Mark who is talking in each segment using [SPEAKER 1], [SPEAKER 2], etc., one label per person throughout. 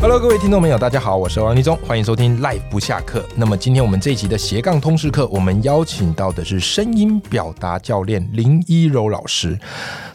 [SPEAKER 1] Hello，各位听众朋友，大家好，我是王立忠，欢迎收听 Live 不下课。那么今天我们这一集的斜杠通识课，我们邀请到的是声音表达教练林一柔老师。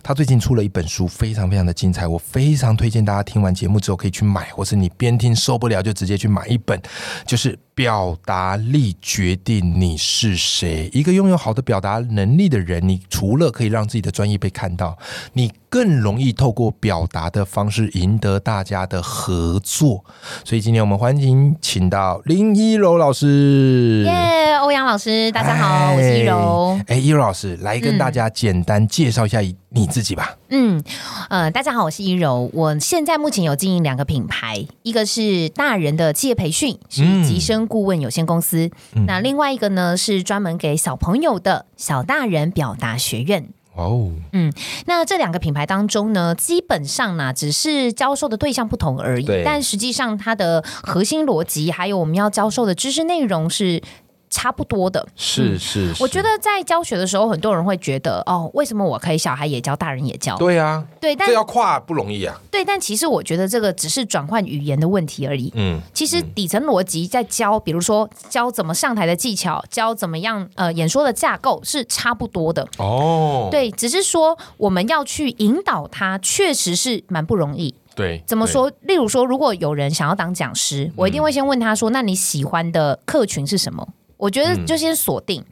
[SPEAKER 1] 他最近出了一本书，非常非常的精彩，我非常推荐大家听完节目之后可以去买，或是你边听受不了就直接去买一本，就是。表达力决定你是谁。一个拥有好的表达能力的人，你除了可以让自己的专业被看到，你更容易透过表达的方式赢得大家的合作。所以今天我们欢迎请到林一柔老师。
[SPEAKER 2] 耶，欧阳老师，大家好，
[SPEAKER 1] 哎
[SPEAKER 2] 我是一柔。
[SPEAKER 1] 哎，一柔老师，来跟
[SPEAKER 2] 嗯
[SPEAKER 1] 大家简单介绍一下你自己吧。
[SPEAKER 2] 嗯，呃，大家好，我是一柔。我现在目前有经营两个品牌，一个是大人的企业培训，
[SPEAKER 1] 嗯
[SPEAKER 2] 是吉生顾问有限公司；那另外一个呢是专门给小朋友的小大人表达学院。
[SPEAKER 1] 哦，
[SPEAKER 2] 嗯那这两个品牌当中呢，基本上呢、只是教授的对象不同而已
[SPEAKER 1] 对，
[SPEAKER 2] 但实际上它的核心逻辑还有我们要教授的知识内容是差不多的。
[SPEAKER 1] 是是，
[SPEAKER 2] 我觉得在教学的时候，很多人会觉得哦，为什么我可以小孩也教，大人也教？
[SPEAKER 1] 对啊，
[SPEAKER 2] 对，但
[SPEAKER 1] 这要跨不容易啊。
[SPEAKER 2] 对，但其实我觉得这个只是转换语言的问题而已。
[SPEAKER 1] 嗯，
[SPEAKER 2] 其实底层逻辑在教，比如说教怎么上台的技巧，教怎么样呃演说的架构是差不多的。
[SPEAKER 1] 哦，
[SPEAKER 2] 对，只是说我们要去引导他，确实是蛮不容易。
[SPEAKER 1] 对，嗯
[SPEAKER 2] 怎么说？例如说，如果有人想要当讲师，我一定会先问他说：“那你喜欢的客群是什么？”我觉得
[SPEAKER 1] 嗯
[SPEAKER 2] 就先锁定。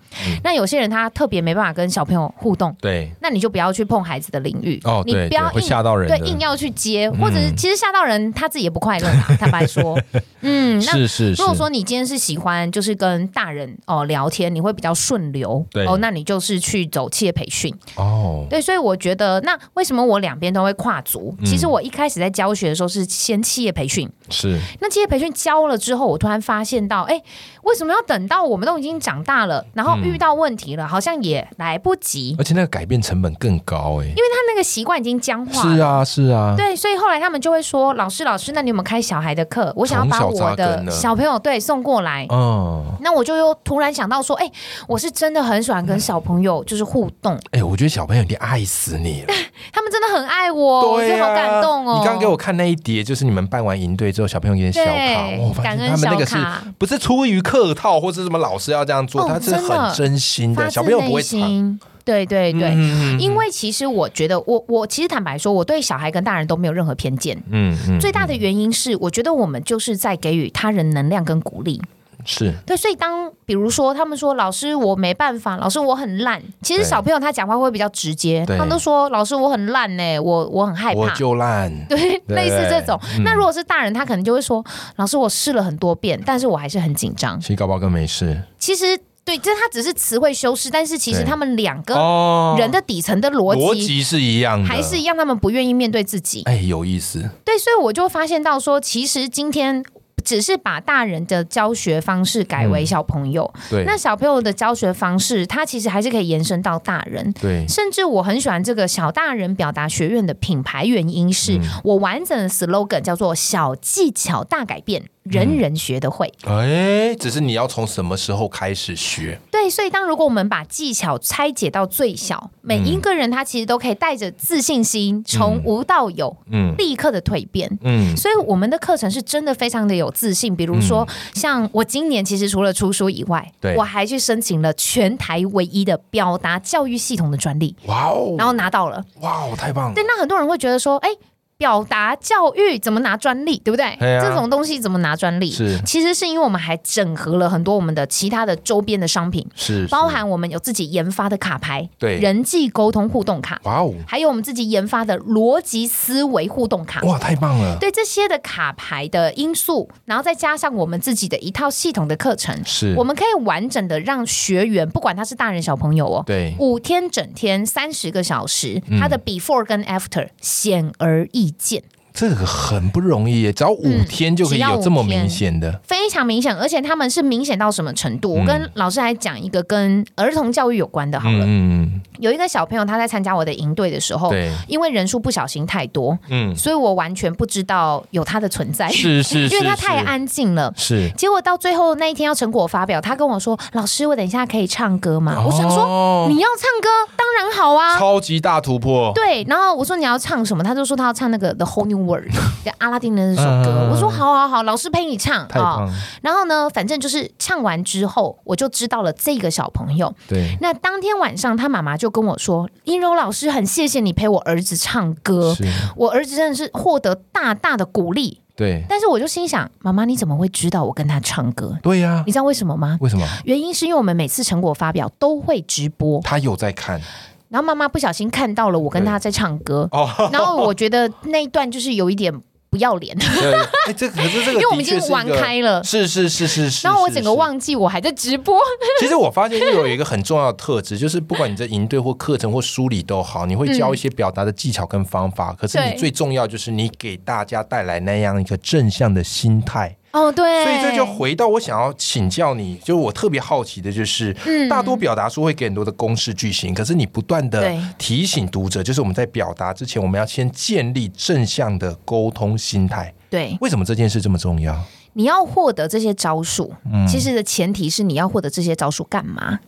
[SPEAKER 2] 那有些人他特别没办法跟小朋友互动，
[SPEAKER 1] 对？
[SPEAKER 2] 那你就不要去碰孩子的领域。
[SPEAKER 1] 哦，
[SPEAKER 2] 你
[SPEAKER 1] 对，
[SPEAKER 2] 不要
[SPEAKER 1] 对会
[SPEAKER 2] 硬
[SPEAKER 1] 吓到人
[SPEAKER 2] 对
[SPEAKER 1] 的，嗯
[SPEAKER 2] 硬要去接，或者是其实吓到人，他自己也 不快乐啦。坦白说，嗯，那
[SPEAKER 1] 是是是。
[SPEAKER 2] 如果说你今天是喜欢就是跟大人哦聊天，你会比较顺流，
[SPEAKER 1] 对
[SPEAKER 2] 哦，那你就是去走企业培训。
[SPEAKER 1] 哦，
[SPEAKER 2] 对，所以我觉得那为什么我两边都会跨足？
[SPEAKER 1] 嗯
[SPEAKER 2] 其实我一开始在教学的时候是先企业培训，
[SPEAKER 1] 是
[SPEAKER 2] 那企业培训教了之后，我突然发现到，哎，为什么要等到我们都已经长大了，
[SPEAKER 1] 嗯
[SPEAKER 2] 然后遇到问题了，好像也来不及，
[SPEAKER 1] 而且那个改变成本更高哎、
[SPEAKER 2] 因为他那个习惯已经僵化了。
[SPEAKER 1] 是啊，是啊，
[SPEAKER 2] 对，所以后来他们就会说：“老师，老师，那你有没有开小孩的课？我想要把
[SPEAKER 1] 从小扎
[SPEAKER 2] 我
[SPEAKER 1] 根
[SPEAKER 2] 的
[SPEAKER 1] 了
[SPEAKER 2] 小朋友对送过来。
[SPEAKER 1] 嗯，
[SPEAKER 2] 那我就又突然想到说，哎、我是真的很喜欢跟小朋友就是互动，
[SPEAKER 1] 哎、我觉得小朋友一定爱死你了，
[SPEAKER 2] 他们真的很爱哦我，我觉
[SPEAKER 1] 对
[SPEAKER 2] 得
[SPEAKER 1] 啊
[SPEAKER 2] 好感动哦。
[SPEAKER 1] 你刚刚给我看那一叠，就是你们办完营队之后，小朋友给你小卡，哦
[SPEAKER 2] 对
[SPEAKER 1] 我发
[SPEAKER 2] 感
[SPEAKER 1] 现
[SPEAKER 2] 恩
[SPEAKER 1] 他们那个
[SPEAKER 2] 小卡
[SPEAKER 1] 是不是出于客套或是什么老师要这样做，
[SPEAKER 2] 哦
[SPEAKER 1] 他是
[SPEAKER 2] 真的
[SPEAKER 1] 很真心的，
[SPEAKER 2] 发
[SPEAKER 1] 小
[SPEAKER 2] 自
[SPEAKER 1] 朋友不
[SPEAKER 2] 内
[SPEAKER 1] 会藏。
[SPEAKER 2] 心，对对对。
[SPEAKER 1] 嗯
[SPEAKER 2] 因为其实我觉得我，我其实坦白说，我对小孩跟大人都没有任何偏见。
[SPEAKER 1] 嗯嗯，
[SPEAKER 2] 最大的原因是，我觉得我们就是在给予他人能量跟鼓励。
[SPEAKER 1] 是
[SPEAKER 2] 对，所以当比如说他们说老师我没办法，老师我很烂，其实
[SPEAKER 1] 对
[SPEAKER 2] 小朋友他讲话会比较直接，
[SPEAKER 1] 对
[SPEAKER 2] 他们都说老师我很烂呢、欸我我很害
[SPEAKER 1] 我
[SPEAKER 2] 怕。
[SPEAKER 1] 就烂，
[SPEAKER 2] 对，类似这种。
[SPEAKER 1] 嗯
[SPEAKER 2] 那如果是大人，他可能就会说：“老师，我试了很多遍，但是我还是很紧张。
[SPEAKER 1] 其实搞不好更没事”
[SPEAKER 2] 其实，对，这他只是词汇修饰，但是其实
[SPEAKER 1] 对
[SPEAKER 2] 他们两个
[SPEAKER 1] 哦
[SPEAKER 2] 人的底层的嗯逻
[SPEAKER 1] 逻
[SPEAKER 2] 辑
[SPEAKER 1] 辑是一样的，
[SPEAKER 2] 还是一样，他们不愿意面对自己。
[SPEAKER 1] 哎有意思，
[SPEAKER 2] 对，所以我就发现到说，其实今天只是把大人的教学方式改
[SPEAKER 1] 嗯
[SPEAKER 2] 为小朋友，
[SPEAKER 1] 对
[SPEAKER 2] 那小朋友的教学方式，它其实还是可以延伸到大人。
[SPEAKER 1] 对
[SPEAKER 2] 甚至我很喜欢这个小大人表达学院的品牌，原因
[SPEAKER 1] 嗯
[SPEAKER 2] 是、我完整的 slogan 叫做“小技巧大改变，人人学得会”
[SPEAKER 1] 哎，只是你要从什么时候开始学？
[SPEAKER 2] 对，所以当如果我们把技巧拆解到最小，每
[SPEAKER 1] 嗯
[SPEAKER 2] 一个人他其实都可以带着自信心，从无到有，
[SPEAKER 1] 嗯
[SPEAKER 2] 立刻的蜕变。
[SPEAKER 1] 嗯，
[SPEAKER 2] 所以我们的课程是真的非常的有自信。比如说，像我今年其实除了出书以外
[SPEAKER 1] 嗯对，
[SPEAKER 2] 我还去申请了全台唯一的表达教育系统的专利，
[SPEAKER 1] 哇哦，
[SPEAKER 2] 然后拿到了。
[SPEAKER 1] 哇哦，太棒了
[SPEAKER 2] 对，！那很多人会觉得说，哎，表达教育怎么拿专利，对不对？
[SPEAKER 1] 对啊
[SPEAKER 2] 这种东西怎么拿专利？
[SPEAKER 1] 是
[SPEAKER 2] 其实是因为我们还整合了很多我们的其他的周边的商品，
[SPEAKER 1] 是
[SPEAKER 2] 包含我们有自己研发的卡牌，
[SPEAKER 1] 对
[SPEAKER 2] 人际沟通互动卡，
[SPEAKER 1] 哇哦，
[SPEAKER 2] 还有我们自己研发的逻辑思维互动卡。
[SPEAKER 1] 哇，太棒了！
[SPEAKER 2] 对这些的卡牌的因素，然后再加上我们自己的一套系统的课程，
[SPEAKER 1] 是
[SPEAKER 2] 我们可以完整的让学员，不管他是大人小朋友哦，
[SPEAKER 1] 对嗯
[SPEAKER 2] 五天整天三十个小时，他的 before 跟 after 显而易见。
[SPEAKER 1] 这个很不容易耶，只要五
[SPEAKER 2] 嗯
[SPEAKER 1] 天就可以
[SPEAKER 2] 只要
[SPEAKER 1] 有
[SPEAKER 2] 五
[SPEAKER 1] 这么明
[SPEAKER 2] 天
[SPEAKER 1] 显的，
[SPEAKER 2] 非常明显，而且他们是明显到什么程度？我
[SPEAKER 1] 嗯
[SPEAKER 2] 跟老师来讲一个跟儿童教育有关的好了。
[SPEAKER 1] 嗯嗯
[SPEAKER 2] 有一个小朋友他在参加我的营队的时
[SPEAKER 1] 嗯，
[SPEAKER 2] 候，
[SPEAKER 1] 对，
[SPEAKER 2] 因为人数不小心太多，
[SPEAKER 1] 嗯，
[SPEAKER 2] 所以我完全不知道有他的存在，
[SPEAKER 1] 是 是是，
[SPEAKER 2] 因为他太
[SPEAKER 1] 是，
[SPEAKER 2] 安静了。
[SPEAKER 1] 是
[SPEAKER 2] 结果到最后那一天要成果发表，他跟我说：“老师，我等一下可以唱歌吗？”我想说：“
[SPEAKER 1] 说
[SPEAKER 2] 你要唱歌，当然好啊。”
[SPEAKER 1] 哦超级大突破，
[SPEAKER 2] 对，然后我说你要唱什么，他就说他要唱那个《The Whole New World》就阿拉丁的那首歌
[SPEAKER 1] 嗯。
[SPEAKER 2] 我说好好好，老师陪你唱
[SPEAKER 1] 太
[SPEAKER 2] 啊、
[SPEAKER 1] 棒了，
[SPEAKER 2] 然后呢，反正就是唱完之后，我就知道了这个小朋友。
[SPEAKER 1] 对，
[SPEAKER 2] 那当天晚上，他妈妈就跟我说：“英柔老师，很谢谢你陪我儿子唱歌。”
[SPEAKER 1] 是，
[SPEAKER 2] 我儿子真的是获得大大的鼓励，
[SPEAKER 1] 对，
[SPEAKER 2] 但是我就心想，妈妈你怎么会知道我跟他唱歌？
[SPEAKER 1] 对呀、
[SPEAKER 2] 你知道为什么吗？
[SPEAKER 1] 为什么？
[SPEAKER 2] 原因是因为我们每次成果发表都会直播，
[SPEAKER 1] 他有在看
[SPEAKER 2] 然后妈妈不小心看到了我跟他在唱歌，
[SPEAKER 1] 哦，
[SPEAKER 2] 然后我觉得那一段就是有一点不要脸，
[SPEAKER 1] 对， 哎，这个可是这个，
[SPEAKER 2] 因为我们已经玩，开了。
[SPEAKER 1] 是是是是是，
[SPEAKER 2] 然后我
[SPEAKER 1] 是
[SPEAKER 2] 整个。
[SPEAKER 1] 是
[SPEAKER 2] 忘记我还在直播，
[SPEAKER 1] 其实我发现又有一个很重要的特质，就是不管你在营队或课程或梳理都好，你会教一些表达的技巧跟方法。可是你
[SPEAKER 2] 对
[SPEAKER 1] 最重要就是你给大家带来那样一个正向的心态。
[SPEAKER 2] 哦，对，
[SPEAKER 1] 所以这就回到我想要请教你，就是我特别好奇的就是，
[SPEAKER 2] 嗯
[SPEAKER 1] 大多表达书会给很多的公式句型，可是你不断的
[SPEAKER 2] 对
[SPEAKER 1] 提醒读者，就是我们在表达之前，我们要先建立正向的沟通心态。
[SPEAKER 2] 对，
[SPEAKER 1] 为什么这件事这么重要？
[SPEAKER 2] 你要获得这些招数，其实的前提是你要获得这些招数干嘛？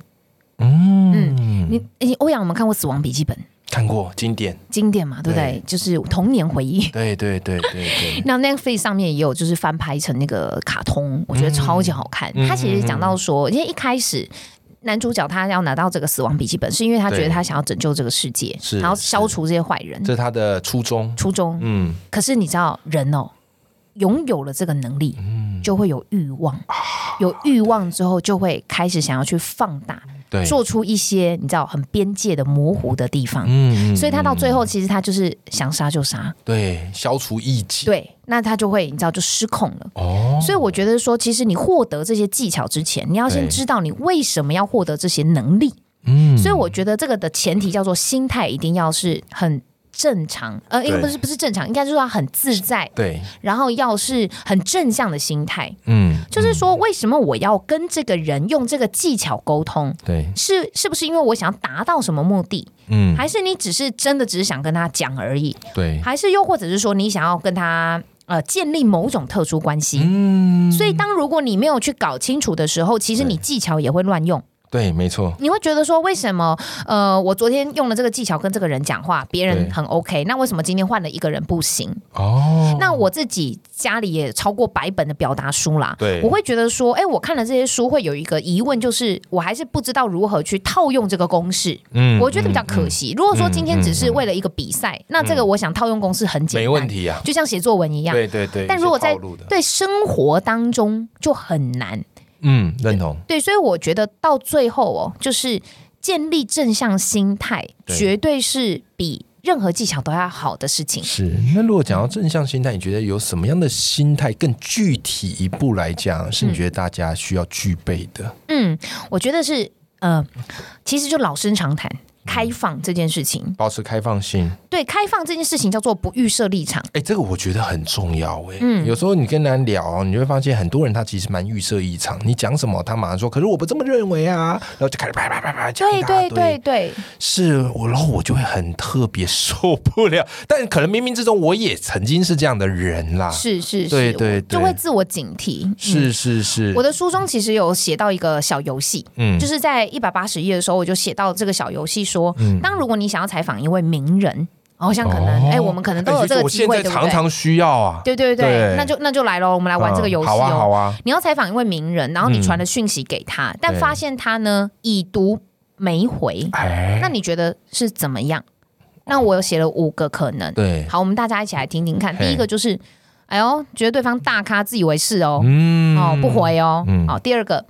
[SPEAKER 1] 嗯，
[SPEAKER 2] 你你欧阳，我们看过《死亡笔记本》
[SPEAKER 1] 看过经典，
[SPEAKER 2] 经典嘛，对不对？就是童年回忆。
[SPEAKER 1] 对对对对对，
[SPEAKER 2] 那 Netflix 上面也有，就是翻拍成那个卡通，我觉得超级好
[SPEAKER 1] 嗯
[SPEAKER 2] 看。他其实讲到说，因为一开始。男主角他要拿到这个死亡笔记本，是因为他觉
[SPEAKER 1] 对
[SPEAKER 2] 得他想要拯救这个世界
[SPEAKER 1] 是，
[SPEAKER 2] 然后消除这些坏人
[SPEAKER 1] 这是他的初衷。
[SPEAKER 2] 初衷。
[SPEAKER 1] 嗯，
[SPEAKER 2] 可是你知道，人哦，拥有了这个能力，
[SPEAKER 1] 嗯
[SPEAKER 2] 就会有欲望，
[SPEAKER 1] 啊
[SPEAKER 2] 有欲望之后就会开始想要去放大，
[SPEAKER 1] 对，
[SPEAKER 2] 做出一些你知道很边界的模糊的地方。
[SPEAKER 1] 嗯，嗯
[SPEAKER 2] 所以他到
[SPEAKER 1] 嗯
[SPEAKER 2] 最后，其实他就是想杀就杀，
[SPEAKER 1] 对消除异己，
[SPEAKER 2] 对，那他就会你知道就失控了。
[SPEAKER 1] 哦，
[SPEAKER 2] 所以我觉得说，其实你获得这些技巧之前，你要先
[SPEAKER 1] 对
[SPEAKER 2] 知道你为什么要获得这些能力。
[SPEAKER 1] 嗯，
[SPEAKER 2] 所以我觉得这个的前提叫做心态一定要是很正常，呃，应该
[SPEAKER 1] 对
[SPEAKER 2] 不是不是正常，应该就是要很自在，
[SPEAKER 1] 对，
[SPEAKER 2] 然后要是很正向的心态。
[SPEAKER 1] 嗯，
[SPEAKER 2] 就是说，为什么我要跟这个人用这个技巧沟通？
[SPEAKER 1] 对，
[SPEAKER 2] 是是不是因为我想要达到什么目的，
[SPEAKER 1] 嗯，
[SPEAKER 2] 还是你只是真的只是想跟他讲而已，
[SPEAKER 1] 对，
[SPEAKER 2] 还是又或者是说你想要跟他呃建立某种特殊关系？
[SPEAKER 1] 嗯，
[SPEAKER 2] 所以，当如果你没有去搞清楚的时候，其实
[SPEAKER 1] 对
[SPEAKER 2] 你技巧也会乱用。
[SPEAKER 1] 对，没错，
[SPEAKER 2] 你会觉得说，为什么呃，我昨天用了这个技巧跟这个人讲话，别
[SPEAKER 1] 对
[SPEAKER 2] 人很 OK，那为什么今天换了一个人不行？
[SPEAKER 1] 哦，
[SPEAKER 2] 那我自己家里也超过百本的表达书啦，
[SPEAKER 1] 对
[SPEAKER 2] 我会觉得说，哎，我看了这些书，会有一个疑问，就是我还是不知道如何去套用这个公式，
[SPEAKER 1] 嗯
[SPEAKER 2] 我觉得比较可惜。如果说今天只
[SPEAKER 1] 嗯
[SPEAKER 2] 是
[SPEAKER 1] 嗯
[SPEAKER 2] 为了一个比赛，那这个我想套用公式很简单，
[SPEAKER 1] 没问，题呀、
[SPEAKER 2] 就像写作文一样。
[SPEAKER 1] 对对对，
[SPEAKER 2] 但
[SPEAKER 1] 一些
[SPEAKER 2] 如果在
[SPEAKER 1] 套路的
[SPEAKER 2] 对生活当中就很难，
[SPEAKER 1] 嗯认同，
[SPEAKER 2] 对，所以我觉得到最后哦，就是建立正向心态，
[SPEAKER 1] 对
[SPEAKER 2] 绝对是比任何技巧都要好的事情。
[SPEAKER 1] 是。那如果讲到正向心态，你觉得有什么样的心态更具体一步来讲，是你觉得大家需要具备的？
[SPEAKER 2] 嗯，我觉得是，呃，其实就老生常谈。开放这件事情，
[SPEAKER 1] 保持开放性，
[SPEAKER 2] 对开放这件事情叫做不预设立场，
[SPEAKER 1] 哎、这个我觉得很重要哎、
[SPEAKER 2] 嗯
[SPEAKER 1] 有时候你跟人聊啊，你就会发现很多人他其实蛮预设异常，你讲什么他马上说，可是我不这么认为啊，然后就开始啪啪啪啪讲一
[SPEAKER 2] 对
[SPEAKER 1] 大
[SPEAKER 2] 对
[SPEAKER 1] 堆。
[SPEAKER 2] 对对，
[SPEAKER 1] 是我，然后我就会很特别 受不了。但可能冥冥之中我也曾经是这样的人啦。
[SPEAKER 2] 是是是，
[SPEAKER 1] 啊对对
[SPEAKER 2] 我就
[SPEAKER 1] 对
[SPEAKER 2] 会自我警惕。嗯
[SPEAKER 1] 是是是，
[SPEAKER 2] 我的书中其实有写到一个小游戏，
[SPEAKER 1] 嗯
[SPEAKER 2] 就是在一百八十页的时候，我就写到这个小游戏
[SPEAKER 1] 嗯
[SPEAKER 2] 说，
[SPEAKER 1] 哦
[SPEAKER 2] 当如果你想要采访一位名人，好、像可能哎、我们可能都有这个
[SPEAKER 1] 我
[SPEAKER 2] 机
[SPEAKER 1] 现
[SPEAKER 2] 会，
[SPEAKER 1] 在
[SPEAKER 2] 对不
[SPEAKER 1] 常
[SPEAKER 2] 对？
[SPEAKER 1] 常需要啊，
[SPEAKER 2] 对对对，
[SPEAKER 1] 对
[SPEAKER 2] 那就那就来喽，我们来玩这个游戏哦。
[SPEAKER 1] 好啊嗯好啊，
[SPEAKER 2] 你要采访一位名人，然后你
[SPEAKER 1] 嗯
[SPEAKER 2] 传了讯息给他，但
[SPEAKER 1] 对
[SPEAKER 2] 发现他呢已读没回，
[SPEAKER 1] 哎，
[SPEAKER 2] 那你觉得是怎么样？那我有写了五个可能。
[SPEAKER 1] 对，
[SPEAKER 2] 好，我们大家一起来听听看。
[SPEAKER 1] 嘿
[SPEAKER 2] 第一个就是，哎呦，觉得对方大咖自以为是哦，
[SPEAKER 1] 嗯
[SPEAKER 2] 哦不，回哦。好、
[SPEAKER 1] 嗯
[SPEAKER 2] 第二个，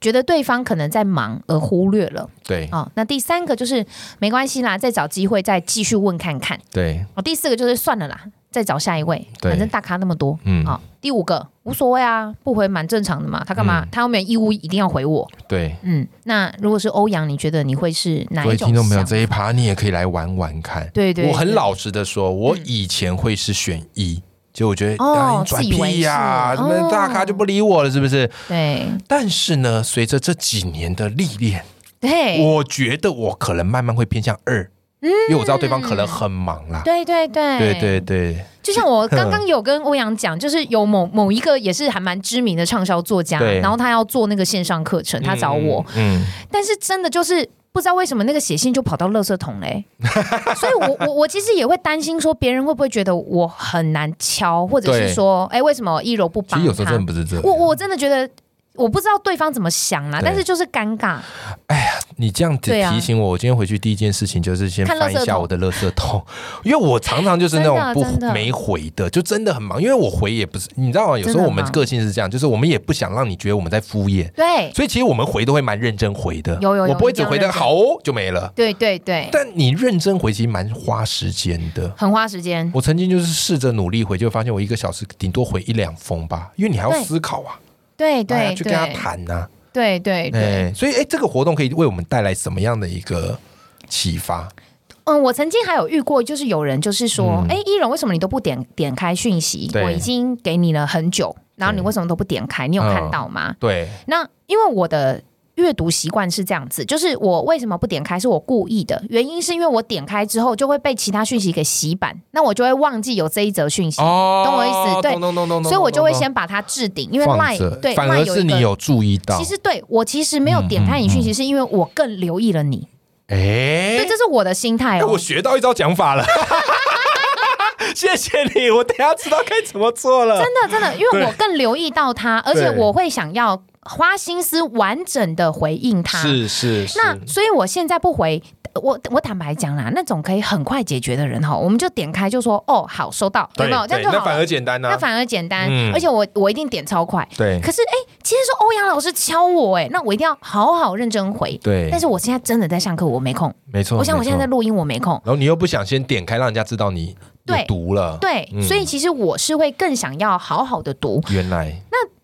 [SPEAKER 2] 觉得对方可能在忙而忽略了。
[SPEAKER 1] 对
[SPEAKER 2] 哦，那第三个就是没关系啦，再找机会再继续问看看。
[SPEAKER 1] 对，
[SPEAKER 2] 哦，第四个就是算了啦，再找下一位，
[SPEAKER 1] 对
[SPEAKER 2] 反正大咖那么多。
[SPEAKER 1] 嗯
[SPEAKER 2] 好、第五个无所谓啊，不回蛮正常的嘛。他干嘛？
[SPEAKER 1] 嗯
[SPEAKER 2] 他又没有义务一定要回我。
[SPEAKER 1] 对。
[SPEAKER 2] 嗯，那如果是欧阳，你觉得你会是哪
[SPEAKER 1] 各
[SPEAKER 2] 一
[SPEAKER 1] 位
[SPEAKER 2] 种想？
[SPEAKER 1] 听众朋友，这一趴你也可以来玩玩看。
[SPEAKER 2] 对对
[SPEAKER 1] 我很
[SPEAKER 2] 对
[SPEAKER 1] 老实的说，我以前会是选一，结果我觉得
[SPEAKER 2] 哦
[SPEAKER 1] 啊，你转屁呀、什
[SPEAKER 2] 自以为是哦
[SPEAKER 1] 么大咖就不理我了，是不是？
[SPEAKER 2] 对
[SPEAKER 1] 但是呢，随着这几年的历练，
[SPEAKER 2] 对
[SPEAKER 1] 我觉得我可能慢慢会偏向二，因为我知道对方可能很忙啦。
[SPEAKER 2] 对对嗯对
[SPEAKER 1] 对对对
[SPEAKER 2] 就像我刚刚有跟欧阳讲，就是有某某一个也是还蛮知名的畅销作家
[SPEAKER 1] 对，
[SPEAKER 2] 然后他要做那个线上课程，他找我，，
[SPEAKER 1] 嗯，嗯
[SPEAKER 2] 但是真的就是。不知道为什么那个写信就跑到垃圾 桶嘞、所以我我我其实也会担心说别人会不会觉得我很难敲，或者
[SPEAKER 1] 对
[SPEAKER 2] 是说，哎、为什么一柔不
[SPEAKER 1] 其
[SPEAKER 2] 帮
[SPEAKER 1] 实有时候真的
[SPEAKER 2] 他？
[SPEAKER 1] 不是这样。
[SPEAKER 2] 我我真的觉得我不知道对方怎么想啦、
[SPEAKER 1] 对
[SPEAKER 2] 但是就是尴尬，
[SPEAKER 1] 你这样子
[SPEAKER 2] 对啊
[SPEAKER 1] 提醒我，我今天回去第一件事情就是先
[SPEAKER 2] 看
[SPEAKER 1] 翻一
[SPEAKER 2] 垃圾
[SPEAKER 1] 下
[SPEAKER 2] 桶
[SPEAKER 1] 我的垃圾桶， 因为我常常就是那种
[SPEAKER 2] 真的真
[SPEAKER 1] 不
[SPEAKER 2] 的
[SPEAKER 1] 没回的，就真的很忙，因为我回也不是，你知道吗？有时候我
[SPEAKER 2] 真的
[SPEAKER 1] 们
[SPEAKER 2] 很忙
[SPEAKER 1] 个性是这样，就是我们也不想让你觉得我们在敷衍，
[SPEAKER 2] 对
[SPEAKER 1] 所以其实我们回都会蛮认真回的，
[SPEAKER 2] 有有有
[SPEAKER 1] 我不会只回
[SPEAKER 2] 一定
[SPEAKER 1] 的
[SPEAKER 2] 要认真
[SPEAKER 1] 好哦就没了。
[SPEAKER 2] 对对对，
[SPEAKER 1] 但你认真回其实蛮花时间的。
[SPEAKER 2] 很花时间，
[SPEAKER 1] 我曾经就是试着努力回，就发现我一个小时顶多回一两封吧，因为你还要
[SPEAKER 2] 对
[SPEAKER 1] 思考啊，
[SPEAKER 2] 对
[SPEAKER 1] 还
[SPEAKER 2] 对
[SPEAKER 1] 要去
[SPEAKER 2] 对
[SPEAKER 1] 跟他谈呐、啊，
[SPEAKER 2] 对对
[SPEAKER 1] 哎、
[SPEAKER 2] 对。
[SPEAKER 1] 所以哎、这个活动可以为我们带来什么样的一个启发？
[SPEAKER 2] 嗯，我曾经还有遇过，就是有人就是说
[SPEAKER 1] 嗯，
[SPEAKER 2] 哎、一荣为什么你都不点点开讯息？
[SPEAKER 1] 对
[SPEAKER 2] 我已经给你了很久，然后你
[SPEAKER 1] 对嗯
[SPEAKER 2] 为什么都不点开？你有看到吗？
[SPEAKER 1] 对，
[SPEAKER 2] 那因为我的。阅读习惯是这样子，就是我为什么不点开，是我故意的。原因是因为我点开之后就会被其他讯息给洗版，那我就会忘记有这一则讯息，
[SPEAKER 1] 哦
[SPEAKER 2] 懂我意思对
[SPEAKER 1] 懂懂懂懂懂
[SPEAKER 2] 所以我就会
[SPEAKER 1] 懂
[SPEAKER 2] 先把它置顶，因为
[SPEAKER 1] 放
[SPEAKER 2] 赖
[SPEAKER 1] 着
[SPEAKER 2] 对
[SPEAKER 1] 反
[SPEAKER 2] 赖
[SPEAKER 1] 而
[SPEAKER 2] 有
[SPEAKER 1] 是
[SPEAKER 2] 一
[SPEAKER 1] 你
[SPEAKER 2] 个。
[SPEAKER 1] 有注意到，嗯
[SPEAKER 2] 其实对我其实没有点开你讯息，是因为我更留意了你。
[SPEAKER 1] 哎、
[SPEAKER 2] 对，这是我的心态
[SPEAKER 1] 哎
[SPEAKER 2] 哦。
[SPEAKER 1] 我学到一招讲法了。 谢谢你，我等一下知道该怎么做了。
[SPEAKER 2] 真的真的，因为我更留意到他，而且我会想要花心思完整的回应他。
[SPEAKER 1] 是是是，
[SPEAKER 2] 那所以我现在不回，我我坦白讲啦，那种可以很快解决的人哈，我们就点开就说哦好收到，有
[SPEAKER 1] 对
[SPEAKER 2] 没有？这
[SPEAKER 1] 对
[SPEAKER 2] 样
[SPEAKER 1] 那
[SPEAKER 2] 就好
[SPEAKER 1] 反
[SPEAKER 2] 了
[SPEAKER 1] 而。简单呐、
[SPEAKER 2] 那反而简单，
[SPEAKER 1] 嗯
[SPEAKER 2] 而且我我一定点超快。
[SPEAKER 1] 对
[SPEAKER 2] 可是哎、今天是欧阳老师敲我哎、那我一定要好好认真回。
[SPEAKER 1] 对
[SPEAKER 2] 但是我现在真的在上课，我没空。
[SPEAKER 1] 没错。
[SPEAKER 2] 我想我现在在
[SPEAKER 1] 没错，
[SPEAKER 2] 录音，我没空。
[SPEAKER 1] 然后你又不想先点开，让人家知道你有
[SPEAKER 2] 对
[SPEAKER 1] 读了。，
[SPEAKER 2] 对，
[SPEAKER 1] 嗯
[SPEAKER 2] 所以其实我是会更想要好好的读，
[SPEAKER 1] 原来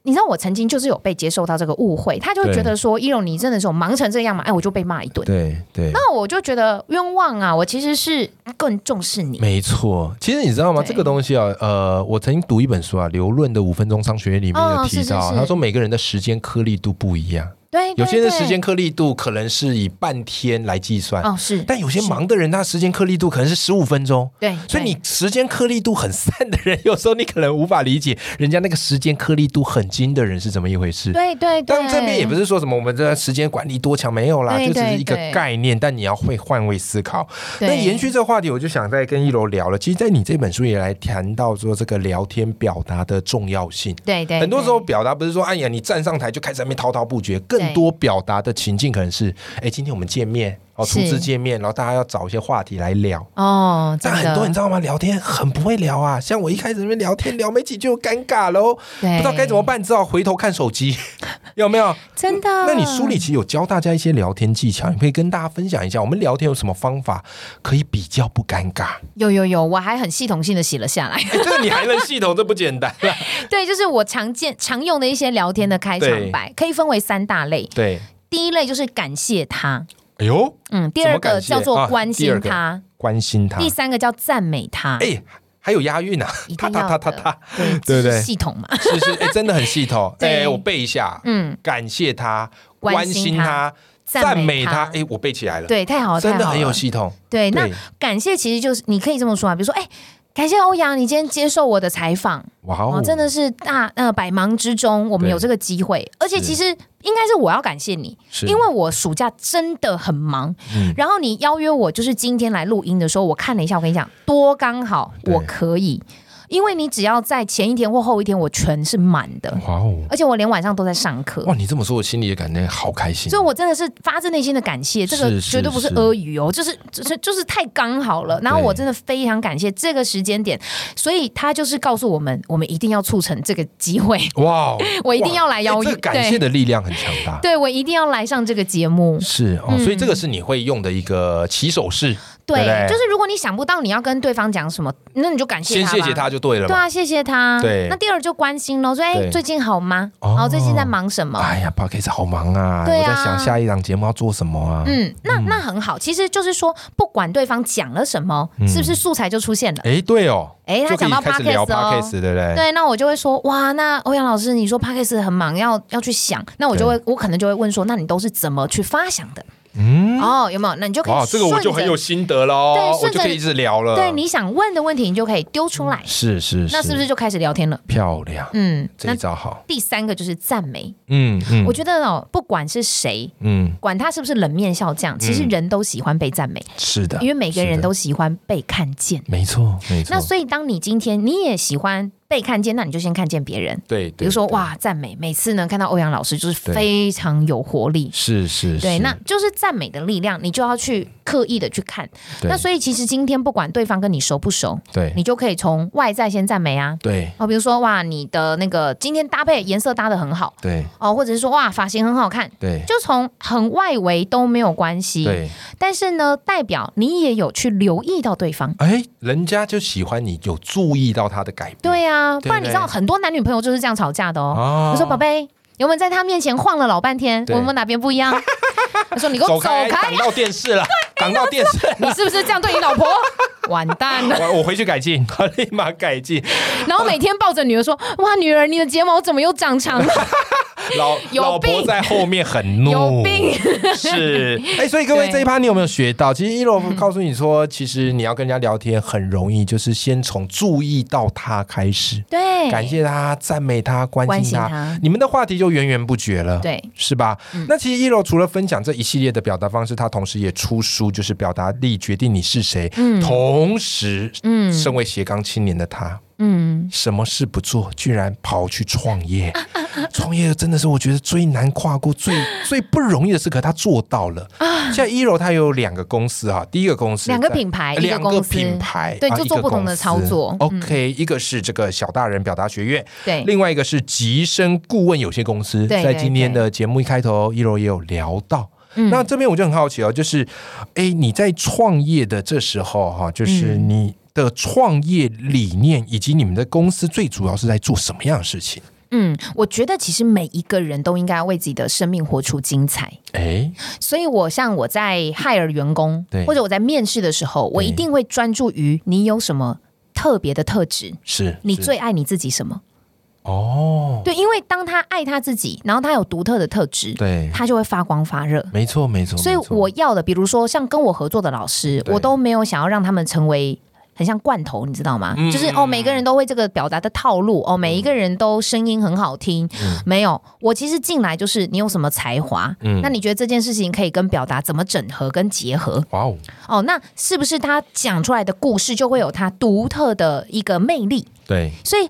[SPEAKER 2] 你知道我曾经就是有被接受到这个误会，他就会觉得说一荣你真的是有忙成这样嘛，哎，我就被骂一顿。
[SPEAKER 1] 对对，
[SPEAKER 2] 那我就觉得冤枉啊！我其实是更重视你，
[SPEAKER 1] 没错。其实你知道吗？
[SPEAKER 2] 对
[SPEAKER 1] 这个东西啊，呃，我曾经读一本书啊，刘润的《五分钟商学院》里面有
[SPEAKER 2] 哦
[SPEAKER 1] 提到啊，
[SPEAKER 2] 是是是
[SPEAKER 1] 他说每个人的时间颗粒度不一样，
[SPEAKER 2] 对，
[SPEAKER 1] 有
[SPEAKER 2] 对
[SPEAKER 1] 些人的
[SPEAKER 2] 对
[SPEAKER 1] 时间颗粒度可能是以半天来计算，
[SPEAKER 2] 哦是，
[SPEAKER 1] 但有些忙的人，他时间颗粒度可能是十五分钟。
[SPEAKER 2] 对，
[SPEAKER 1] 所以
[SPEAKER 2] 对
[SPEAKER 1] 你时间颗粒度很散的人，有时候你可能无法理解人家那个时间颗粒度很精的人是怎么一回事。
[SPEAKER 2] 对对对，
[SPEAKER 1] 但这边也不
[SPEAKER 2] 是
[SPEAKER 1] 是说什么我们这个时间管理多强没有啦，
[SPEAKER 2] 对
[SPEAKER 1] 就只是
[SPEAKER 2] 对
[SPEAKER 1] 一个
[SPEAKER 2] 对
[SPEAKER 1] 概念，但你要会换位思考。那延续这个话题，我就想再跟一楼聊了。其实，在你这本书也来谈到说这个聊天表达的重要性。
[SPEAKER 2] 对对，
[SPEAKER 1] 很多时候
[SPEAKER 2] 对
[SPEAKER 1] 表达不是说，哎呀，你站上台就开始在那边滔滔不绝，更
[SPEAKER 2] 对
[SPEAKER 1] 多表达的情境可能是，哎，今天我们见面，哦，初
[SPEAKER 2] 是
[SPEAKER 1] 次见面，然后大家要找一些话题来聊。
[SPEAKER 2] 哦，真
[SPEAKER 1] 但很
[SPEAKER 2] 的
[SPEAKER 1] 多你知道吗？聊天很不会聊啊，像我一开始在那边聊天聊没几句就尴尬喽，
[SPEAKER 2] 对
[SPEAKER 1] 不知道该怎么，办，只好回头看手机， 有没有？
[SPEAKER 2] 真的。
[SPEAKER 1] 那你书里其实有教大家一些聊天技巧，你可以跟大家分享一下，我们聊天有什么方法可以比较不尴尬？
[SPEAKER 2] 有有有，我还很系统性的写了下来。
[SPEAKER 1] 哎这个你还能系统，这不简单啊啦。
[SPEAKER 2] 对，就是我常见常用的一些聊天的开
[SPEAKER 1] 对
[SPEAKER 2] 场白，可以分为三大类。
[SPEAKER 1] 对，
[SPEAKER 2] 第一类就是感谢他，
[SPEAKER 1] 哎呦，
[SPEAKER 2] 嗯，第
[SPEAKER 1] 怎么
[SPEAKER 2] 二
[SPEAKER 1] 感
[SPEAKER 2] 个
[SPEAKER 1] 谢
[SPEAKER 2] 叫
[SPEAKER 1] 啊
[SPEAKER 2] 做关
[SPEAKER 1] 第二
[SPEAKER 2] 心
[SPEAKER 1] 个
[SPEAKER 2] 他，
[SPEAKER 1] 关心他
[SPEAKER 2] 第。三个叫赞美他，
[SPEAKER 1] 哎，还有押韵啊，
[SPEAKER 2] 一
[SPEAKER 1] 他
[SPEAKER 2] 定
[SPEAKER 1] 他
[SPEAKER 2] 要
[SPEAKER 1] 他
[SPEAKER 2] 的
[SPEAKER 1] 他他，
[SPEAKER 2] 对
[SPEAKER 1] 对不对
[SPEAKER 2] 这是系统嘛，
[SPEAKER 1] 是是，哎，真的很系统。
[SPEAKER 2] 对
[SPEAKER 1] 哎，我背一下，
[SPEAKER 2] 嗯，
[SPEAKER 1] 感谢他，
[SPEAKER 2] 关
[SPEAKER 1] 关
[SPEAKER 2] 心
[SPEAKER 1] 心
[SPEAKER 2] 他
[SPEAKER 1] 他，赞美他
[SPEAKER 2] 他，，
[SPEAKER 1] 哎，我背起来了，
[SPEAKER 2] 对，哦太好了，
[SPEAKER 1] 真
[SPEAKER 2] 太
[SPEAKER 1] 的
[SPEAKER 2] 好
[SPEAKER 1] 很有
[SPEAKER 2] 了，
[SPEAKER 1] 系统。
[SPEAKER 2] 对，那
[SPEAKER 1] 对，
[SPEAKER 2] 感谢其实就是你可以这么说啊，比如说，哎。感谢欧阳，你今天接受我的采访，
[SPEAKER 1] 哇
[SPEAKER 2] 哦，
[SPEAKER 1] 哦，
[SPEAKER 2] 真的是大呃百忙之中，我们
[SPEAKER 1] 对
[SPEAKER 2] 有这个机会，而且
[SPEAKER 1] 是
[SPEAKER 2] 其实应该是我要感谢你，
[SPEAKER 1] 是
[SPEAKER 2] 因为我暑假真的很忙，
[SPEAKER 1] 嗯
[SPEAKER 2] 然后你邀约我就是今天来录音的时候，我看了一下，我跟你讲，多刚好
[SPEAKER 1] 对
[SPEAKER 2] 我可以，因为你只要在前一天或后一天，我全是满的，
[SPEAKER 1] 哇哦，
[SPEAKER 2] 而且我连晚上都在上课
[SPEAKER 1] 哇，，你这么说，我心里也感觉好开心
[SPEAKER 2] 所。以我真的是发自内心的感谢，这个
[SPEAKER 1] 是是
[SPEAKER 2] 绝对不是
[SPEAKER 1] 是
[SPEAKER 2] 阿谀哦，就是就是就是太刚好了。然后我真的非常感谢这个时间点，所以他就是告诉我们，我们一定要促成这个机会，
[SPEAKER 1] 哇哦，
[SPEAKER 2] 我一定要来
[SPEAKER 1] 哎
[SPEAKER 2] 邀
[SPEAKER 1] 这
[SPEAKER 2] 约，
[SPEAKER 1] 个感谢
[SPEAKER 2] 对，
[SPEAKER 1] 的力量很强大。
[SPEAKER 2] 对我一定要来上这个节目。
[SPEAKER 1] 是哦，
[SPEAKER 2] 嗯
[SPEAKER 1] 所以这个是你会用的一个起手式，对
[SPEAKER 2] 对，
[SPEAKER 1] 不对
[SPEAKER 2] 就是如果你想不到你要跟对方讲什么，那你就感谢
[SPEAKER 1] 先
[SPEAKER 2] 他吧。
[SPEAKER 1] 谢谢他就对了
[SPEAKER 2] 对
[SPEAKER 1] 嘛。
[SPEAKER 2] 啊，谢谢他。
[SPEAKER 1] 对
[SPEAKER 2] 那第二就关心喽，说哎、
[SPEAKER 1] 对
[SPEAKER 2] 最近好吗？
[SPEAKER 1] 哦
[SPEAKER 2] 然后最近在忙什么？
[SPEAKER 1] 哎呀 p o d c a s 好忙啊，
[SPEAKER 2] 对啊
[SPEAKER 1] 我在想下一档节目要做什么啊。
[SPEAKER 2] 嗯，那那很好。其实就是说，不管对方讲了什么，
[SPEAKER 1] 嗯
[SPEAKER 2] 是不是素材就出现了？
[SPEAKER 1] 哎，对哦，
[SPEAKER 2] 哎，
[SPEAKER 1] 就可
[SPEAKER 2] 他讲
[SPEAKER 1] 以
[SPEAKER 2] 到
[SPEAKER 1] 开始聊
[SPEAKER 2] podcast 哦
[SPEAKER 1] podcast，对不哎对？
[SPEAKER 2] 对，那我就会说，哇，那欧阳老师，你说 podcast 很忙，要要去想，那我就会，我可能就会问说，那你都是怎么去发想的？
[SPEAKER 1] 嗯，
[SPEAKER 2] 哦，有没有？那你就可以
[SPEAKER 1] 哇，这个我就
[SPEAKER 2] 顺着
[SPEAKER 1] 很有心得喽，
[SPEAKER 2] 对
[SPEAKER 1] 我
[SPEAKER 2] 顺着
[SPEAKER 1] 就可以一直聊了。
[SPEAKER 2] 对你想问的问题，你就可以丢出来，
[SPEAKER 1] 是是是，
[SPEAKER 2] 那是不是就开始聊天了？
[SPEAKER 1] 漂亮？
[SPEAKER 2] 嗯，
[SPEAKER 1] 这
[SPEAKER 2] 那
[SPEAKER 1] 一招好，
[SPEAKER 2] 第三个就是赞美，
[SPEAKER 1] 嗯嗯，
[SPEAKER 2] 我觉得哦，不管是谁。
[SPEAKER 1] 嗯
[SPEAKER 2] 管他是不是冷面笑匠，其实人都喜欢被赞美，
[SPEAKER 1] 是的，
[SPEAKER 2] 因为每个
[SPEAKER 1] 是
[SPEAKER 2] 人
[SPEAKER 1] 的
[SPEAKER 2] 都喜欢被看见。
[SPEAKER 1] 没错没错
[SPEAKER 2] 那。所以，当你今天你也喜欢被看见，那你就先看见别人。
[SPEAKER 1] 对，
[SPEAKER 2] 比如说
[SPEAKER 1] 对，
[SPEAKER 2] 哇，赞美，每次呢看到欧阳老师就是
[SPEAKER 1] 对
[SPEAKER 2] 非常有活力
[SPEAKER 1] 对。是是是，
[SPEAKER 2] 对，那就是赞美的力量，你就要去刻意的去看。
[SPEAKER 1] 对
[SPEAKER 2] 那所以其实今天不管对方跟你熟不熟，
[SPEAKER 1] 对
[SPEAKER 2] 你就可以从外在先赞美啊。
[SPEAKER 1] 对
[SPEAKER 2] 哦，比如说哇，你的那个今天搭配颜色搭的很好
[SPEAKER 1] 对
[SPEAKER 2] 哦，或者是说哇，发型很好看，
[SPEAKER 1] 对
[SPEAKER 2] 就从很外围都没有关系。
[SPEAKER 1] 对，
[SPEAKER 2] 但是呢，代表你也有去留意到对方。
[SPEAKER 1] 哎，人家就喜欢你，有注意到他的改变。
[SPEAKER 2] 对啊，
[SPEAKER 1] 对
[SPEAKER 2] 不然你知道
[SPEAKER 1] 对
[SPEAKER 2] 很多男女朋友就是这样吵架的哦。
[SPEAKER 1] 啊
[SPEAKER 2] 我说宝贝，有没有在他面前晃了老半天？
[SPEAKER 1] 对
[SPEAKER 2] 我们哪边不一样？ 他说你给我
[SPEAKER 1] 走
[SPEAKER 2] 走
[SPEAKER 1] 开，
[SPEAKER 2] 开
[SPEAKER 1] 挡，到电视了，挡到电视。
[SPEAKER 2] 你是不是这样对你老婆？ 完蛋 了！
[SPEAKER 1] 我我回去改进，我立马改进。
[SPEAKER 2] 然后每天抱着女儿说：“哇，女儿，你的睫毛怎么又长长了
[SPEAKER 1] 老
[SPEAKER 2] 有
[SPEAKER 1] 老婆
[SPEAKER 2] 病
[SPEAKER 1] 在后面很怒，
[SPEAKER 2] 有病
[SPEAKER 1] 是哎、所以各位
[SPEAKER 2] 对，
[SPEAKER 1] 这一趴你有没有学到？其实一楼告诉你说，其实你要跟人家聊天很容易，就是先从注意到他开始？”
[SPEAKER 2] 对，
[SPEAKER 1] 感谢他、赞美他、关
[SPEAKER 2] 关
[SPEAKER 1] 心
[SPEAKER 2] 心
[SPEAKER 1] 他，
[SPEAKER 2] 他
[SPEAKER 1] 你们的话题就源源不绝了。。
[SPEAKER 2] 对，
[SPEAKER 1] 是吧？
[SPEAKER 2] 嗯
[SPEAKER 1] 那其实一楼除了分享这一系列的表达方式，他同时也出书，就是《表达力决定你是谁》。同时，嗯，
[SPEAKER 2] 嗯
[SPEAKER 1] 身为斜杠青年的他，
[SPEAKER 2] 嗯，
[SPEAKER 1] 什么事不做，居然跑去创 业。创业真的是我觉得最难跨过、最 最不容易的事，可他做到了。现在一楼他有两个公司哈，第一个公司在
[SPEAKER 2] 啊两个品牌，一个
[SPEAKER 1] 两个
[SPEAKER 2] 公司，
[SPEAKER 1] 品牌，
[SPEAKER 2] 对
[SPEAKER 1] 啊
[SPEAKER 2] 就
[SPEAKER 1] 一
[SPEAKER 2] 做
[SPEAKER 1] 个
[SPEAKER 2] 不同的
[SPEAKER 1] 公司
[SPEAKER 2] 操作嗯
[SPEAKER 1] OK，一个是这个小大人表达学院，
[SPEAKER 2] 对，
[SPEAKER 1] 另外一个是吉生顾问有限公司，
[SPEAKER 2] 对
[SPEAKER 1] 在
[SPEAKER 2] 对嗯
[SPEAKER 1] 今天的节目一开头，一楼也有聊到。那这边我就很好奇哦，就是，哎，你在创业的这时候哈、就是
[SPEAKER 2] 嗯
[SPEAKER 1] 你的创业理念以及你们的公司最主要是在做什么样的事情？
[SPEAKER 2] 嗯，我觉得其实每一个人都应该为自己的生命活出精彩。
[SPEAKER 1] 哎，
[SPEAKER 2] 所以我像我在害尔员工
[SPEAKER 1] 对，
[SPEAKER 2] 或者我在面试的时候，我一定会专注于你有什么特别的特质，
[SPEAKER 1] 是
[SPEAKER 2] 你
[SPEAKER 1] 是
[SPEAKER 2] 最爱你自己什么？
[SPEAKER 1] 哦，
[SPEAKER 2] 对，因为当他爱他自己，然后他有独特的特质，
[SPEAKER 1] 对，
[SPEAKER 2] 他就会发光发热。
[SPEAKER 1] 没错没错，
[SPEAKER 2] 所以
[SPEAKER 1] 没错
[SPEAKER 2] 我要的，比如说像跟我合作的老师，
[SPEAKER 1] 对
[SPEAKER 2] 我都没有想要让他们成为。很像罐头，你知道吗？
[SPEAKER 1] 嗯
[SPEAKER 2] 就是哦，每个人都会这个表达的套路哦，每一个人都声音很好听。没有，我其实进来就是你有什么才华，
[SPEAKER 1] 嗯
[SPEAKER 2] 那你觉得这件事情可以跟表达怎么整合跟结合？
[SPEAKER 1] 哇哦，
[SPEAKER 2] 哦，那是不是他讲出来的故事就会有他独特的一个魅力？
[SPEAKER 1] 对，
[SPEAKER 2] 所以，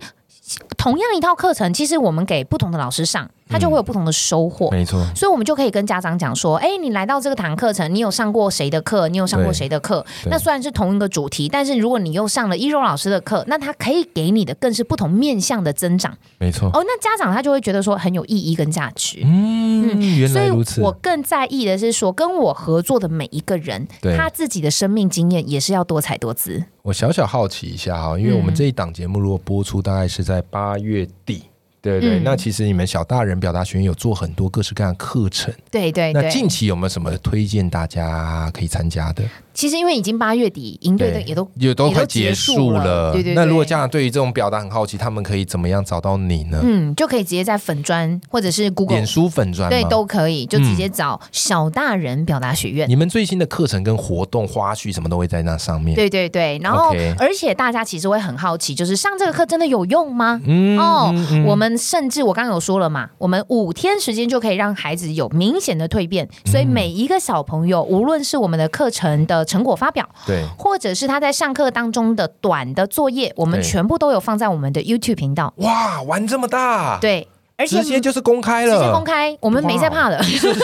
[SPEAKER 2] 同样一套课程，其实我们给不同的老师上，他就会有不同的收获。
[SPEAKER 1] 嗯没错，
[SPEAKER 2] 所以我们就可以跟家长讲说，哎，你来到这个堂课程，你有上过谁的课？你有上过谁的课？
[SPEAKER 1] 对
[SPEAKER 2] 那虽然是同一个主题，但是如果你又上了一柔老师的课，那他可以给你的更是不同面向的增长。
[SPEAKER 1] 没错，
[SPEAKER 2] 哦，那家长他就会觉得说很有意义跟价值。
[SPEAKER 1] 嗯，原
[SPEAKER 2] 所
[SPEAKER 1] 来
[SPEAKER 2] 以
[SPEAKER 1] 如此，
[SPEAKER 2] 我更在意的是说，跟我合作的每一个人
[SPEAKER 1] 对，
[SPEAKER 2] 他自己的生命经验也是要多彩多姿。
[SPEAKER 1] 我小小好奇一下哈，因为我
[SPEAKER 2] 嗯
[SPEAKER 1] 们这一档节目如果播出，大概是在八月底。对不对，
[SPEAKER 2] 嗯
[SPEAKER 1] 那其实你们小大人表达学院有做很多各式各样的课程，
[SPEAKER 2] 对哎对
[SPEAKER 1] 那
[SPEAKER 2] 对，
[SPEAKER 1] 近期有没有什么推荐大家可以参加的？
[SPEAKER 2] 其实因为已经八月底，营队的也都
[SPEAKER 1] 也都
[SPEAKER 2] 也都
[SPEAKER 1] 快结
[SPEAKER 2] 结
[SPEAKER 1] 束
[SPEAKER 2] 束了对对对
[SPEAKER 1] 那如果家长对于这种表达很好奇，他们可以怎么样找到你呢？
[SPEAKER 2] 嗯，就可以直接在粉砖或者是 Google
[SPEAKER 1] 脸书粉专吗嗯
[SPEAKER 2] 对，都可以，就直接找小大人表达学院。
[SPEAKER 1] 你们最新的课程跟活动花絮什么都会在那上面。
[SPEAKER 2] 对对对，然后
[SPEAKER 1] OK
[SPEAKER 2] 而且大家其实会很好奇，就是上这个课真的有用吗？
[SPEAKER 1] 嗯
[SPEAKER 2] 哦，
[SPEAKER 1] 嗯
[SPEAKER 2] 我们甚至我刚刚有说了嘛，我们五天时间就可以让孩子有明显的蜕变，
[SPEAKER 1] 嗯
[SPEAKER 2] 所以每一个小朋友，无论是我们的课程的成果发表，
[SPEAKER 1] 对
[SPEAKER 2] 或者是他在上课当中的短的作业，我们
[SPEAKER 1] 对
[SPEAKER 2] 全部都有放在我们的 YouTube 频道。
[SPEAKER 1] 哇，玩这么大，，
[SPEAKER 2] 对，而且
[SPEAKER 1] 直接就是公开
[SPEAKER 2] 直
[SPEAKER 1] 了，
[SPEAKER 2] 接公开，我们没在怕的。
[SPEAKER 1] 这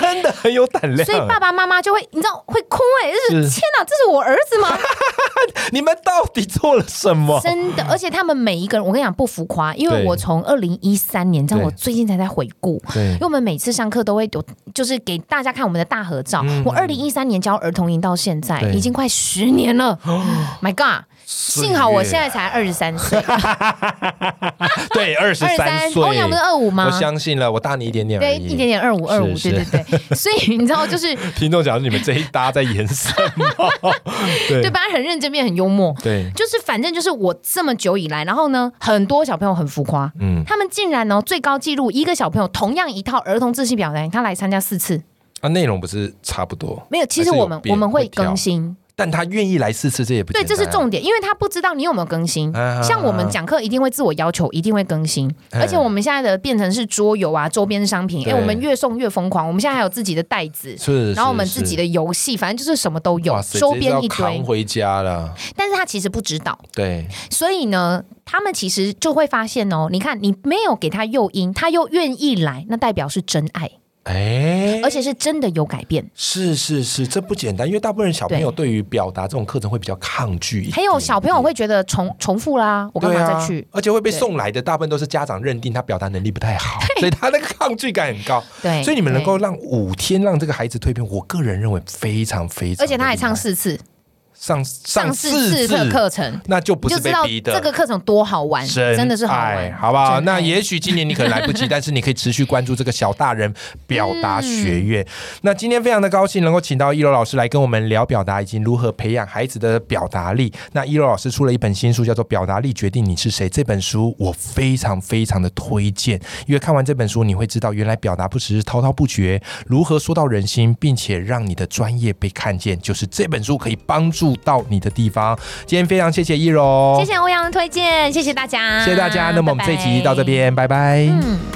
[SPEAKER 1] 真的很有胆量。
[SPEAKER 2] 所以爸爸妈妈就会，你知道会哭哎、就是
[SPEAKER 1] 是
[SPEAKER 2] 天哪，这是我儿子 吗？
[SPEAKER 1] 你们到底做了什么？
[SPEAKER 2] 真的，而且他们每一个人，我跟你讲不浮夸，因为
[SPEAKER 1] 对
[SPEAKER 2] 我从二零一三年，你知道
[SPEAKER 1] 对
[SPEAKER 2] 我最近才在回顾，
[SPEAKER 1] 对
[SPEAKER 2] 因，为我们每次上课都会有，就是给大家看我们的大合照。我二零一三年教儿童营到现在，
[SPEAKER 1] 嗯对
[SPEAKER 2] 已经快十 年了。My God！幸好我现在才二十 三岁，
[SPEAKER 1] 对二十三
[SPEAKER 2] 二三，哦
[SPEAKER 1] 岁，
[SPEAKER 2] 欧阳不是二五吗
[SPEAKER 1] 我？相信了，我大你一点点而
[SPEAKER 2] 对，
[SPEAKER 1] 已。
[SPEAKER 2] 一点点二五二五，
[SPEAKER 1] 是
[SPEAKER 2] 对对对。所以你知 道，就是
[SPEAKER 1] 听众讲你们这一搭在延 伸，
[SPEAKER 2] 对吧？很认真，变很幽默。
[SPEAKER 1] 对，
[SPEAKER 2] 就是反正就是我这么久以来，然后呢，很多小朋友很浮夸，
[SPEAKER 1] 嗯
[SPEAKER 2] 他们竟然呢最高纪录，一个小朋友同样一套儿童自信表达，他来参加四次，
[SPEAKER 1] 啊，内容不是差不多，
[SPEAKER 2] 没有。其实
[SPEAKER 1] 还是有
[SPEAKER 2] 我们
[SPEAKER 1] 变
[SPEAKER 2] 我们会
[SPEAKER 1] 会跳
[SPEAKER 2] 更新，
[SPEAKER 1] 但他愿意来四次，这也不
[SPEAKER 2] 对，
[SPEAKER 1] 简
[SPEAKER 2] 这
[SPEAKER 1] 单啊
[SPEAKER 2] 是重点，因为他不知道你有没有更新。
[SPEAKER 1] 啊
[SPEAKER 2] 像我们讲课一定会自我要求，一定会更新，
[SPEAKER 1] 嗯
[SPEAKER 2] 而且我们现在的变成是桌游啊、周边商品，
[SPEAKER 1] 对
[SPEAKER 2] 哎，我们越送越疯狂，我们现在还有自己的袋子。
[SPEAKER 1] 是，
[SPEAKER 2] 然后我们自己
[SPEAKER 1] 的
[SPEAKER 2] 的游戏，反正就是什么都有，周边一堆
[SPEAKER 1] 扛，回家了，
[SPEAKER 2] 但是他其实不知道，
[SPEAKER 1] 对，
[SPEAKER 2] 所以呢，他们其实就会发现哦，你看你没有给他诱因，他又愿意来，那代表是真爱，
[SPEAKER 1] 哎，
[SPEAKER 2] 而且是真的有改变。
[SPEAKER 1] 是是是，这不简单，因为大部分人小朋友对于表达这种课程会比较抗拒一点，
[SPEAKER 2] 还有小朋友会觉得重重复啦，我干
[SPEAKER 1] 对
[SPEAKER 2] 嘛
[SPEAKER 1] 啊，
[SPEAKER 2] 再去？
[SPEAKER 1] 而且会被
[SPEAKER 2] 对
[SPEAKER 1] 送来的大部分都是家长认定他表达能力不太好，所以他那个抗拒感很高。
[SPEAKER 2] 对，
[SPEAKER 1] 所以你们能
[SPEAKER 2] 哎对
[SPEAKER 1] 够让五天让这个孩子蜕变，我个人认为非常非常，
[SPEAKER 2] 而且他还唱四次，
[SPEAKER 1] 上
[SPEAKER 2] 上
[SPEAKER 1] 上
[SPEAKER 2] 四
[SPEAKER 1] 四
[SPEAKER 2] 次的课程，
[SPEAKER 1] 那就不
[SPEAKER 2] 你就是知
[SPEAKER 1] 被
[SPEAKER 2] 道
[SPEAKER 1] 逼的。
[SPEAKER 2] 这个课程多好玩，
[SPEAKER 1] 真
[SPEAKER 2] 真的是好
[SPEAKER 1] 爱
[SPEAKER 2] 玩，
[SPEAKER 1] 好不好？
[SPEAKER 2] 真爱
[SPEAKER 1] 那也许今年你可能来不 及，但是你可以持续关注这个小大人表达学院。
[SPEAKER 2] 嗯
[SPEAKER 1] 那今天非常的高兴能够请到一楼老师来跟我们聊表达以及如何培养孩子的表达力。那一楼老师出了一本新书，叫做《表达力决定你是谁》。这本书我非常非常的推荐，因为看完这本书，你会知道原来表达不只是滔滔不绝，如何说到人心，并且让你的专业被看见，就是这本书可以帮助到你的地方。今天非常谢谢一柔，
[SPEAKER 2] 谢谢欧阳的推荐，谢谢大家，
[SPEAKER 1] 谢谢大家。那么我们这一集到这
[SPEAKER 2] 啊拜拜。
[SPEAKER 1] 边，拜拜。
[SPEAKER 2] 嗯。